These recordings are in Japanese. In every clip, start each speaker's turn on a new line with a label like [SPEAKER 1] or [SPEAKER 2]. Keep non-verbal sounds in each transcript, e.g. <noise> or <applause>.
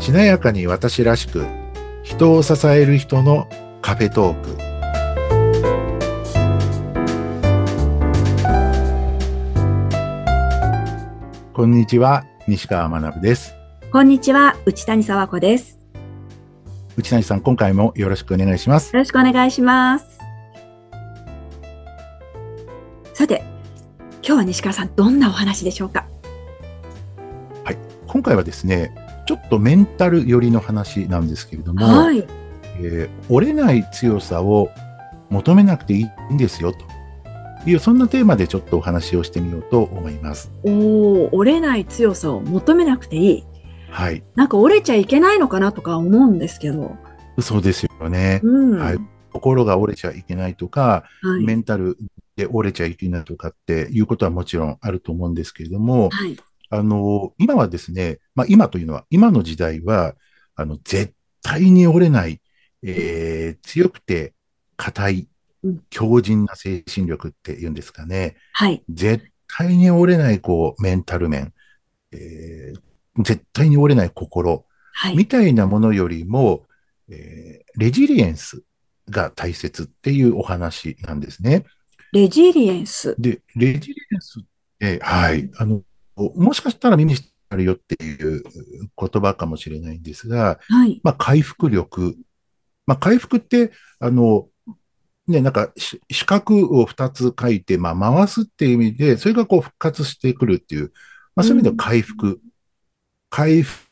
[SPEAKER 1] 華やかに私らしく人を支える人のカフェトークこんにちは西川学です
[SPEAKER 2] こんにちは、内谷沢子です。
[SPEAKER 1] 内谷さん今回もよろしくお願いします
[SPEAKER 2] よろしくお願いします。さて、今日は西川さん、どんなお話でしょうか。
[SPEAKER 1] 今回はですねちょっとメンタル寄りの話なんですけれども、
[SPEAKER 2] はい、
[SPEAKER 1] えー折れない強さを求めなくていいんですよというそんなテーマでちょっとお話をしてみようと思います。
[SPEAKER 2] おお、折れない強さを求めなくていい。
[SPEAKER 1] はい、
[SPEAKER 2] なんか折れちゃいけないのかなとか思うんですけど。
[SPEAKER 1] そうですよね。
[SPEAKER 2] うん、
[SPEAKER 1] はい心が折れちゃいけないとか、
[SPEAKER 2] はい
[SPEAKER 1] メンタルで折れちゃいけないとかっていうことはもちろんあると思うんですけれども、
[SPEAKER 2] はい
[SPEAKER 1] あの、今はですね、まあ今というのは、今の時代は、あの、絶対に折れない、えー強くて硬い
[SPEAKER 2] うん、
[SPEAKER 1] 強靭な精神力っていうんですかね。
[SPEAKER 2] はい、
[SPEAKER 1] 絶対に折れない、こう、メンタル面、えー絶対に折れない心、
[SPEAKER 2] はい、
[SPEAKER 1] みたいなものよりも、えーレジリエンスが大切っていうお話なんですね。
[SPEAKER 2] レジリエンス。
[SPEAKER 1] で、レジリエンスって、はい、あの、もしかしたら耳にあるよっていう言葉かもしれないんですが、
[SPEAKER 2] はい、
[SPEAKER 1] まあ、回復力。まあ、回復って、あの、ね、なんか、し四角を二つ書いて、まあ、回すっていう意味で、それがこう復活してくるっていう、まあ、そういう意味では回復。回復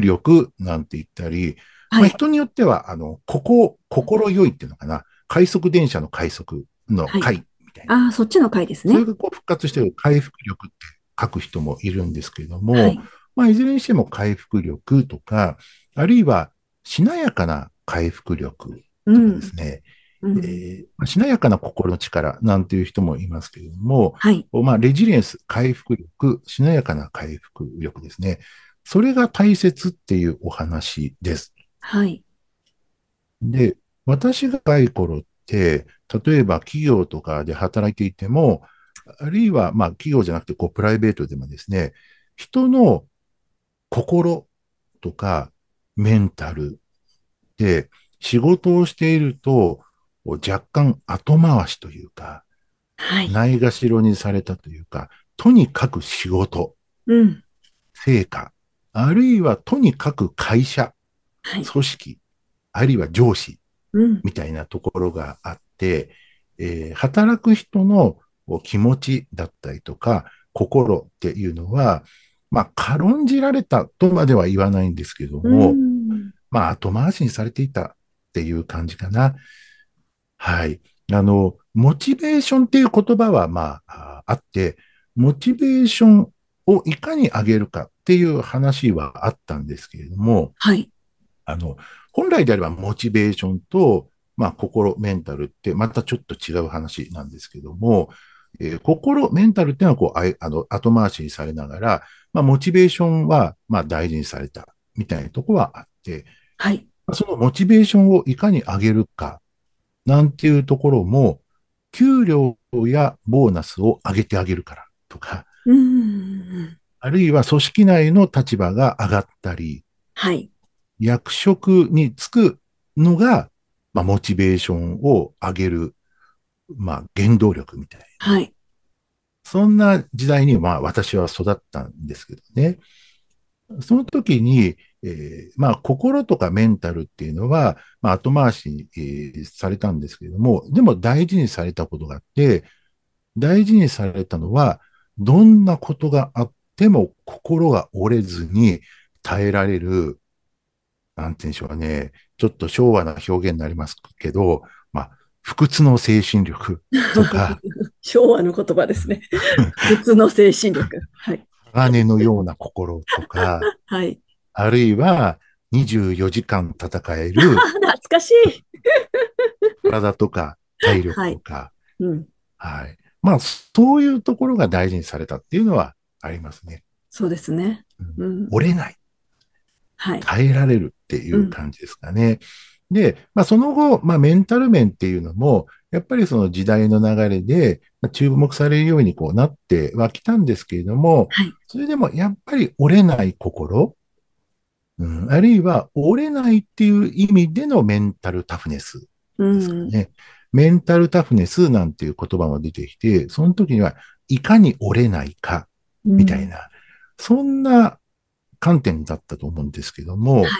[SPEAKER 1] 力なんて言ったり、ま
[SPEAKER 2] は
[SPEAKER 1] あ、
[SPEAKER 2] い、
[SPEAKER 1] 人によっては、あの、ここ、心よいっていうのかな。快速電車の快速の
[SPEAKER 2] はい
[SPEAKER 1] 快みたいな。
[SPEAKER 2] ああ、そっちの回です
[SPEAKER 1] それ
[SPEAKER 2] ね。
[SPEAKER 1] がこう復活してる回復力って書く人もいるんですけれども、
[SPEAKER 2] はい、
[SPEAKER 1] まあ、いずれにしても回復力とか、あるいはしなやかな回復力
[SPEAKER 2] う
[SPEAKER 1] とか
[SPEAKER 2] ん
[SPEAKER 1] で、すね、
[SPEAKER 2] うん
[SPEAKER 1] えーまあしなやかな心の力なんていう人もいますけれども、
[SPEAKER 2] はい、
[SPEAKER 1] まあ、レジリエンス、回復力、しなやかな回復力ですね。それが大切っていうお話です。
[SPEAKER 2] はい、
[SPEAKER 1] で、私が若い頃って、例えば企業とかで働いていても、あるいはまあ企業じゃなくてこうプライベートでもですね、人の心とかメンタルで仕事をしていると若干後回しというか、
[SPEAKER 2] はい、
[SPEAKER 1] ないがしろにされたというか、とにかく仕事、
[SPEAKER 2] うん、
[SPEAKER 1] 成果、あるいはとにかく会社、
[SPEAKER 2] はい、
[SPEAKER 1] 組織、あるいは上司、
[SPEAKER 2] うん、
[SPEAKER 1] みたいなところがあって、えー働く人のお気持ちだったりとか、心っていうのは、まあ、軽んじられたとまでは言わないんですけども、
[SPEAKER 2] うん、
[SPEAKER 1] まあ、後回しにされていたっていう感じかな。はい。あの、モチベーションっていう言葉は、まあ、ああって、モチベーションをいかに上げるかっていう話はあったんですけれども、
[SPEAKER 2] はい、
[SPEAKER 1] あの、本来であればモチベーションと、まあ、心、メンタルって、またちょっと違う話なんですけども、えー心、メンタルっていうのは、こう、あいあの、後回しにされながら、まあ、モチベーションは、まあ、大事にされた、みたいなとこはあって、
[SPEAKER 2] はい、
[SPEAKER 1] まあそのモチベーションをいかに上げるか、なんていうところも、給料やボーナスを上げてあげるから、とか、
[SPEAKER 2] うん、
[SPEAKER 1] あるいは組織内の立場が上がったり、
[SPEAKER 2] はい、
[SPEAKER 1] 役職に就くのが、まあ、モチベーションを上げる、まあ、原動力みたいな。
[SPEAKER 2] はい、
[SPEAKER 1] そんな時代に、まあ、私は育ったんですけどね。その時に、えーまあ、心とかメンタルっていうのは、まあ、後回しに、えーされたんですけれども、でも大事にされたことがあって、大事にされたのは、どんなことがあっても心が折れずに耐えられる、なんて言うんでしょうかね、ちょっと昭和な表現になりますけど、まあ、不屈の精神力と
[SPEAKER 2] <laughs>
[SPEAKER 1] か、
[SPEAKER 2] 昭和の言葉ですね。普通の精神力。はい。
[SPEAKER 1] 鋼のような心と <laughs> か、
[SPEAKER 2] はい。
[SPEAKER 1] あるいは24時間戦え <laughs> る
[SPEAKER 2] あ懐かしい。
[SPEAKER 1] 体とか体力とか、
[SPEAKER 2] うん。
[SPEAKER 1] はい、まあ、そういうところが大事にされたっていうのはありますね。
[SPEAKER 2] そうですね。
[SPEAKER 1] うん
[SPEAKER 2] うん。
[SPEAKER 1] 折れない、
[SPEAKER 2] はい。
[SPEAKER 1] 耐えられるっていう感じですかね。で、まあ、その後、まあ、メンタル面っていうのも、やっぱりその時代の流れでまあ注目されるようにこうなってはきたんですけれども、
[SPEAKER 2] はい。
[SPEAKER 1] それでもやっぱり折れない心、うん、あるいは折れないっていう意味でのメンタルタフネス
[SPEAKER 2] う
[SPEAKER 1] ですか
[SPEAKER 2] ん。
[SPEAKER 1] ね。メンタルタフネスなんていう言葉も出てきて、その時にはいかに折れないかみたい
[SPEAKER 2] な。
[SPEAKER 1] な、そんな観点だったと思うんですけども、
[SPEAKER 2] はい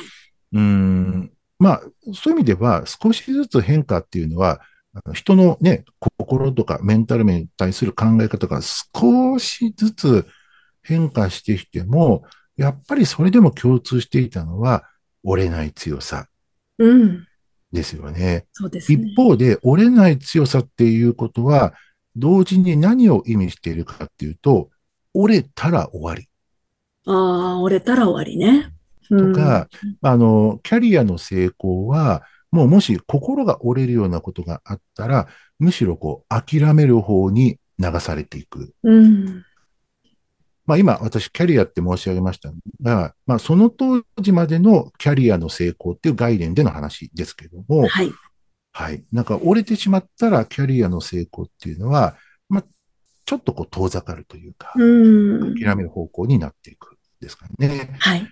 [SPEAKER 2] う
[SPEAKER 1] ーん、まあ、そういう意味では少しずつ変化っていうのは、あの人のね、心とかメンタル面に対する考え方が少しずつ変化してきても、やっぱりそれでも共通していたのは折れない強さ
[SPEAKER 2] うん。
[SPEAKER 1] ですよね。
[SPEAKER 2] そうですね。
[SPEAKER 1] 一方で折れない強さっていうことは、同時に何を意味しているかっていうと、折れたら終わり
[SPEAKER 2] ああ、折れたら終わりね。うん
[SPEAKER 1] とか、あの、キャリアの成功は、もうもし心が折れるようなことがあったら、むしろこう、諦める方に流されていく。
[SPEAKER 2] うん。
[SPEAKER 1] まあ今、私、キャリアって申し上げましたが、まあその当時までのキャリアの成功っていう概念での話ですけども、
[SPEAKER 2] はい。
[SPEAKER 1] はい。なんか折れてしまったらキャリアの成功っていうのは、まあ、ちょっとこう遠ざかるというか、
[SPEAKER 2] うん。
[SPEAKER 1] 諦める方向になっていくですかね。
[SPEAKER 2] はい。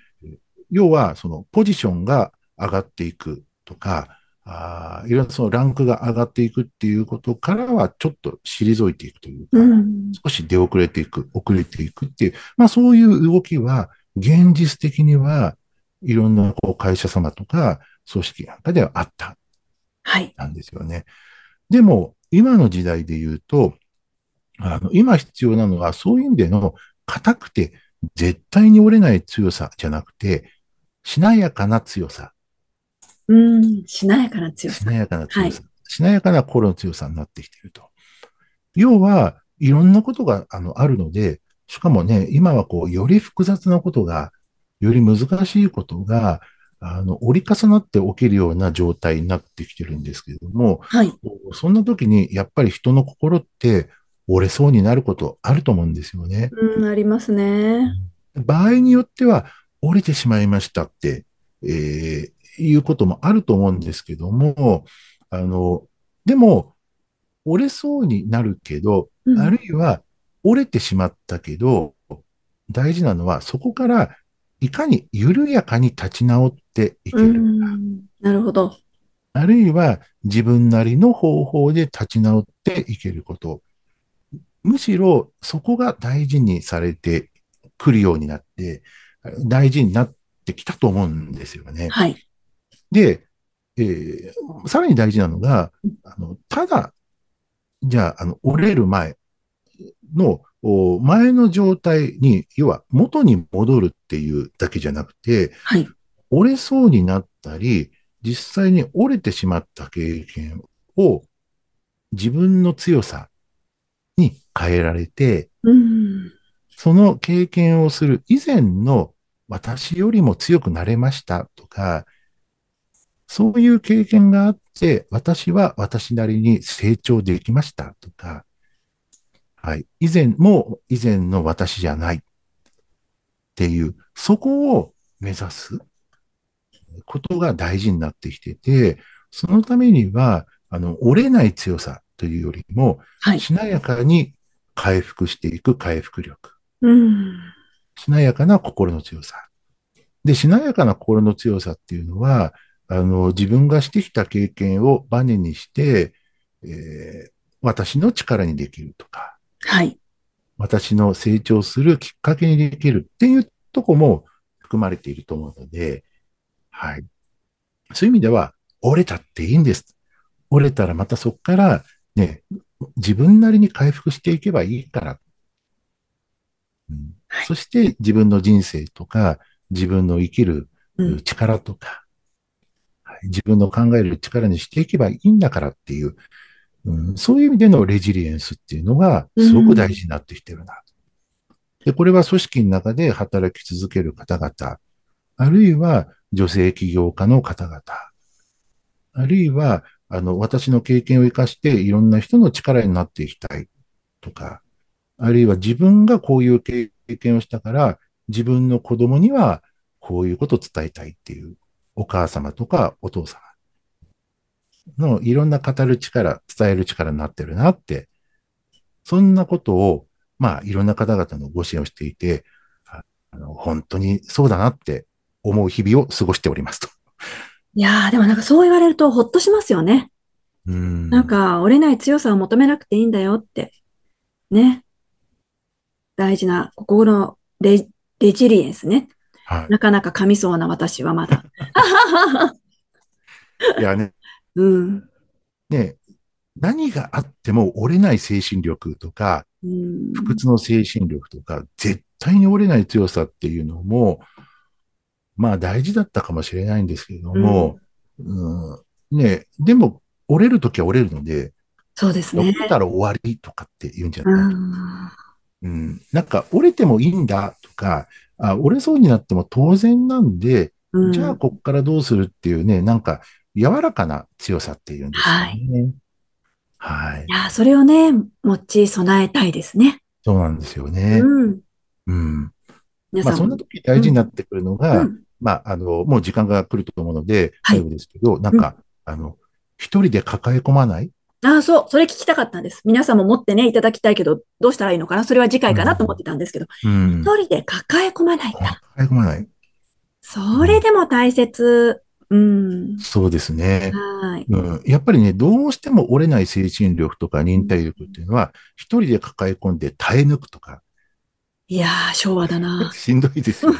[SPEAKER 1] 要は、そのポジションが上がっていくとか、あーいろいろそのランクが上がっていくっていうことからはちょっと退いていくというか、
[SPEAKER 2] うん。
[SPEAKER 1] 少し出遅れていく、遅れていくっていう、まあそういう動きは、現実的にはいろんなこう会社様とか組織なんかではあった
[SPEAKER 2] はい。
[SPEAKER 1] なんですよね。でも、今の時代で言うと、あの、今必要なのは、そういう意味での、硬くて、絶対に折れない強さじゃなくて、しなやかな強さ、
[SPEAKER 2] うん。しなやかな強
[SPEAKER 1] し
[SPEAKER 2] さ。
[SPEAKER 1] なやかな強さ、しなやかな心の強さになってきていると。要は、いろんなことが、あの、あるので、しかもね、今はこう、より複雑なことが、より難しいことが、あの、折り重なって起きるような状態になってきてるんですけれども、
[SPEAKER 2] はい。
[SPEAKER 1] そんな時に、やっぱり人の心って折れそうになることあると思うんですよね。
[SPEAKER 2] うん、ありますね。
[SPEAKER 1] 場合によっては、折れてしまいましたって、えーいうこともあると思うんですけども、あの、でも、折れそうになるけど、
[SPEAKER 2] うん
[SPEAKER 1] あるいは折れてしまったけど、大事なのは、そこからいかに緩やかに立ち直っていけ
[SPEAKER 2] う
[SPEAKER 1] るか。
[SPEAKER 2] ん。なるほど。
[SPEAKER 1] あるいは自分なりの方法で立ち直っていけること。むしろそこが大事にされてくるようになって、大事になってきたと思うんですよね。
[SPEAKER 2] はい。
[SPEAKER 1] で、えーさらに大事なのが、あのただ、じゃあ、あの、折れる前の、お前の状態に、要は元に戻るっていうだけじゃなくて、
[SPEAKER 2] はい。
[SPEAKER 1] 折れそうになったり、実際に折れてしまった経験を自分の強さに変えられて、
[SPEAKER 2] うん。
[SPEAKER 1] その経験をする以前の私よりも強くなれましたとか、そういう経験があって、私は私なりに成長できましたとか、はい。以前も以前の私じゃないっていう、そこを目指すことが大事になってきてて、そのためには、あの、折れない強さというよりも、
[SPEAKER 2] はい。
[SPEAKER 1] しなやかに回復していく回復力。
[SPEAKER 2] うん。
[SPEAKER 1] しなやかな心の強さ。で、しなやかな心の強さっていうのは、あの、自分がしてきた経験をバネにして、えー私の力にできるとか、
[SPEAKER 2] はい。
[SPEAKER 1] 私の成長するきっかけにできるっていうとこも含まれていると思うので、はい。そういう意味では、折れたっていいんです。折れたらまたそこから、ね、自分なりに回復していけばいいから。うん
[SPEAKER 2] はい
[SPEAKER 1] そして自分の人生とか、自分の生きる
[SPEAKER 2] うん。
[SPEAKER 1] 力とか、はい自分の考える力にしていけばいいんだからっていう、うん、そういう意味でのレジリエンスっていうのがすごく大事になってきてるな。で、これは組織の中で働き続ける方々、あるいは女性起業家の方々、あるいは、あの、私の経験を生かしていろんな人の力になっていきたいとか、あるいは自分がこういう経験をしたから、自分の子供にはこういうことを伝えたいっていう、お母様とかお父様のいろんな語る力、伝える力になってるなって、そんなことを、まあ、いろんな方々のご支援をしていて、ああの本当にそうだなって思う日々を過ごしておりますと。
[SPEAKER 2] いやー、でもなんかそう言われるとほっとしますよね。
[SPEAKER 1] うん
[SPEAKER 2] なん、か折れない強さを求めなくていいんだよって。ね。大事な心のレ、レジリエンスね。
[SPEAKER 1] は
[SPEAKER 2] なかなか噛みそうな私は
[SPEAKER 1] <laughs>
[SPEAKER 2] まだ。
[SPEAKER 1] い、いやね、
[SPEAKER 2] うん。
[SPEAKER 1] ね、何があっても折れない精神力とか、
[SPEAKER 2] うん。
[SPEAKER 1] 不屈の精神力とか、絶対に折れない強さっていうのも、まあ大事だったかもしれないんですけれども、うんね、でも折れるときは折れるので、
[SPEAKER 2] そうです
[SPEAKER 1] 折
[SPEAKER 2] ね。
[SPEAKER 1] ったら終わりとかって言うんじゃ
[SPEAKER 2] う
[SPEAKER 1] ない、う
[SPEAKER 2] ん。
[SPEAKER 1] ん、なんか折れてもいいんだとか、あ折れそうになっても当然なんで、
[SPEAKER 2] うん
[SPEAKER 1] じゃあ、こっからどうするっていうね、なんか、柔らかな強さっていうんですよね。はい。
[SPEAKER 2] いやー、それをね、持ち備えたいですね。
[SPEAKER 1] そうなんですよね。
[SPEAKER 2] うん。
[SPEAKER 1] うん。
[SPEAKER 2] 皆
[SPEAKER 1] まあ、
[SPEAKER 2] さ
[SPEAKER 1] そ
[SPEAKER 2] ん
[SPEAKER 1] ん
[SPEAKER 2] も
[SPEAKER 1] な。時大事になってくるのが、
[SPEAKER 2] うん
[SPEAKER 1] まあ、あの、もう時間が来ると思うので、
[SPEAKER 2] はい
[SPEAKER 1] 最後ですけど、なんか、あの、一人で抱え込まない
[SPEAKER 2] ああ、そう、それ聞きたかったんです。皆さんも持ってね、いただきたいけど、どうしたらいいのかなそれは次回かなと思ってたんですけど、
[SPEAKER 1] うん
[SPEAKER 2] 一人で抱え込まないんだ。
[SPEAKER 1] 抱え込まない。
[SPEAKER 2] それでも大切。うん。
[SPEAKER 1] そうですね。
[SPEAKER 2] はい。
[SPEAKER 1] うん、やっぱりね、どうしても折れない精神力とか忍耐力っていうのは、一人で抱え込んで耐え抜くとか、
[SPEAKER 2] いやー、昭和だな。
[SPEAKER 1] しんどいですよ
[SPEAKER 2] <laughs>
[SPEAKER 1] ね。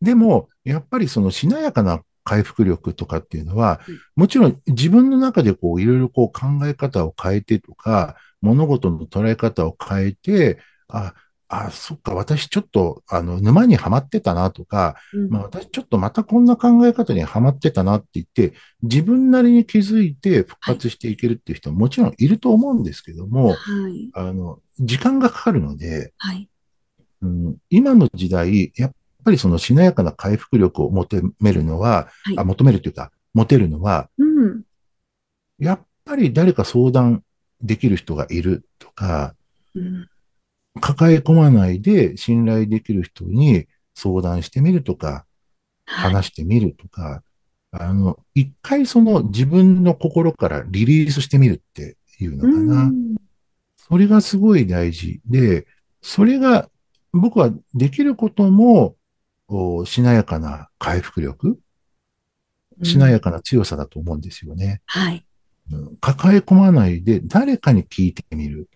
[SPEAKER 1] でも、やっぱりそのしなやかな回復力とかっていうのは
[SPEAKER 2] うん、
[SPEAKER 1] もちろん自分の中でこういろいろこう考え方を変えてとか、物事の捉え方を変えて、あ、あ、そっか、私ちょっとあの沼にはまってたなとか、
[SPEAKER 2] うん
[SPEAKER 1] まあ、私ちょっとまたこんな考え方にはまってたなって言って、自分なりに気づいて復活していけるっていう人ももちろんいると思うんですけども、
[SPEAKER 2] はい。
[SPEAKER 1] あの、時間がかかるので、
[SPEAKER 2] はい。
[SPEAKER 1] うん、今の時代、やっぱりそのしなやかな回復力を求めるのは、
[SPEAKER 2] はい
[SPEAKER 1] あ求めるというか、持てるのは、
[SPEAKER 2] うん。
[SPEAKER 1] やっぱり誰か相談できる人がいるとか、
[SPEAKER 2] うん。
[SPEAKER 1] 抱え込まないで信頼できる人に相談してみるとか、
[SPEAKER 2] はい。
[SPEAKER 1] 話してみるとか、あの、一回その自分の心からリリースしてみるっていうのかな。
[SPEAKER 2] うん
[SPEAKER 1] それがすごい大事で、それが僕はできることも、おしなやかな回復力、しなやかな強さだと思うんですよね。
[SPEAKER 2] はい。
[SPEAKER 1] うん抱え込まないで誰かに聞いてみる。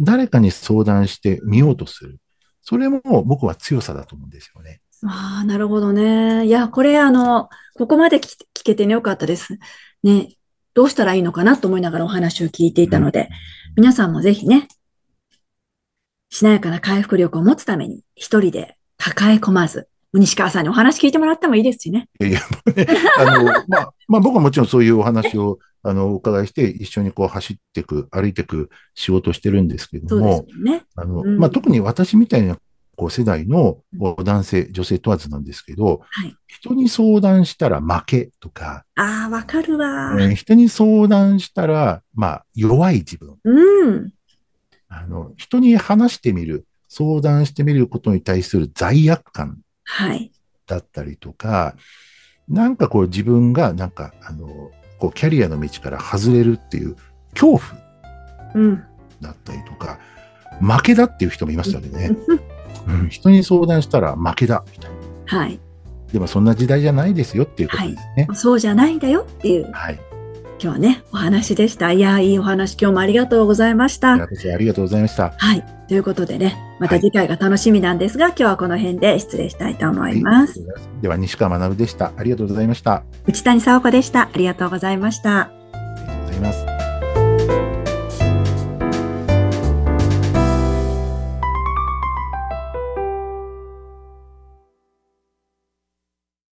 [SPEAKER 1] 誰かに相談してみようとする。それも僕は強さだと思うんですよね。
[SPEAKER 2] ああ、なるほどね。いや、これ、あの、ここまで聞聞けてね、よかったです。ね、どうしたらいいのかなと思いながらお話を聞いていたので、皆さんもぜひね、しなやかな回復力を持つために、一人で抱え込まず、西川さんにお話聞いてもらってもいいですしね。
[SPEAKER 1] いやいや、もうね、あの、まあ、まあ僕はもちろんそういうお話を、あの、お伺いして、一緒にこう走っていく、歩いていく仕事をしてるんですけ
[SPEAKER 2] そ
[SPEAKER 1] ど
[SPEAKER 2] うで
[SPEAKER 1] も
[SPEAKER 2] す、よね。
[SPEAKER 1] あの、
[SPEAKER 2] うん
[SPEAKER 1] まあ、特に私みたいな、こう、世代のこう男性、女性問わずなんですけど、
[SPEAKER 2] はい
[SPEAKER 1] 人に相談したら負けとか、
[SPEAKER 2] ああ、わかるわ。
[SPEAKER 1] えー人に相談したら、まあ、弱い自分。
[SPEAKER 2] うん。
[SPEAKER 1] あの、人に話してみる、相談してみることに対する罪悪感
[SPEAKER 2] はい。
[SPEAKER 1] だったりとか、なんかこう自分が、なんか、あの、こう、キャリアの道から外れるっていう恐怖
[SPEAKER 2] うん。
[SPEAKER 1] だったりとか、負けだっていう人もいましたよね。うん人に相談したら負けだ、みたいな。
[SPEAKER 2] はい。
[SPEAKER 1] でもそんな時代じゃないですよっていうことですね。
[SPEAKER 2] そうじゃないんだよっていう、
[SPEAKER 1] はい。
[SPEAKER 2] 今日はね、お話でした。いやー、いいお話、今日もありがとうございました。
[SPEAKER 1] 寺田先生ありがとうございました。
[SPEAKER 2] はい。ということでね、また
[SPEAKER 1] はい
[SPEAKER 2] 次回が楽しみなんですが、今日はこの辺で失礼したいと思います。
[SPEAKER 1] はいでは西川学でした。ありがとうございました。
[SPEAKER 2] 内谷沙和子でした。ありがとうございました。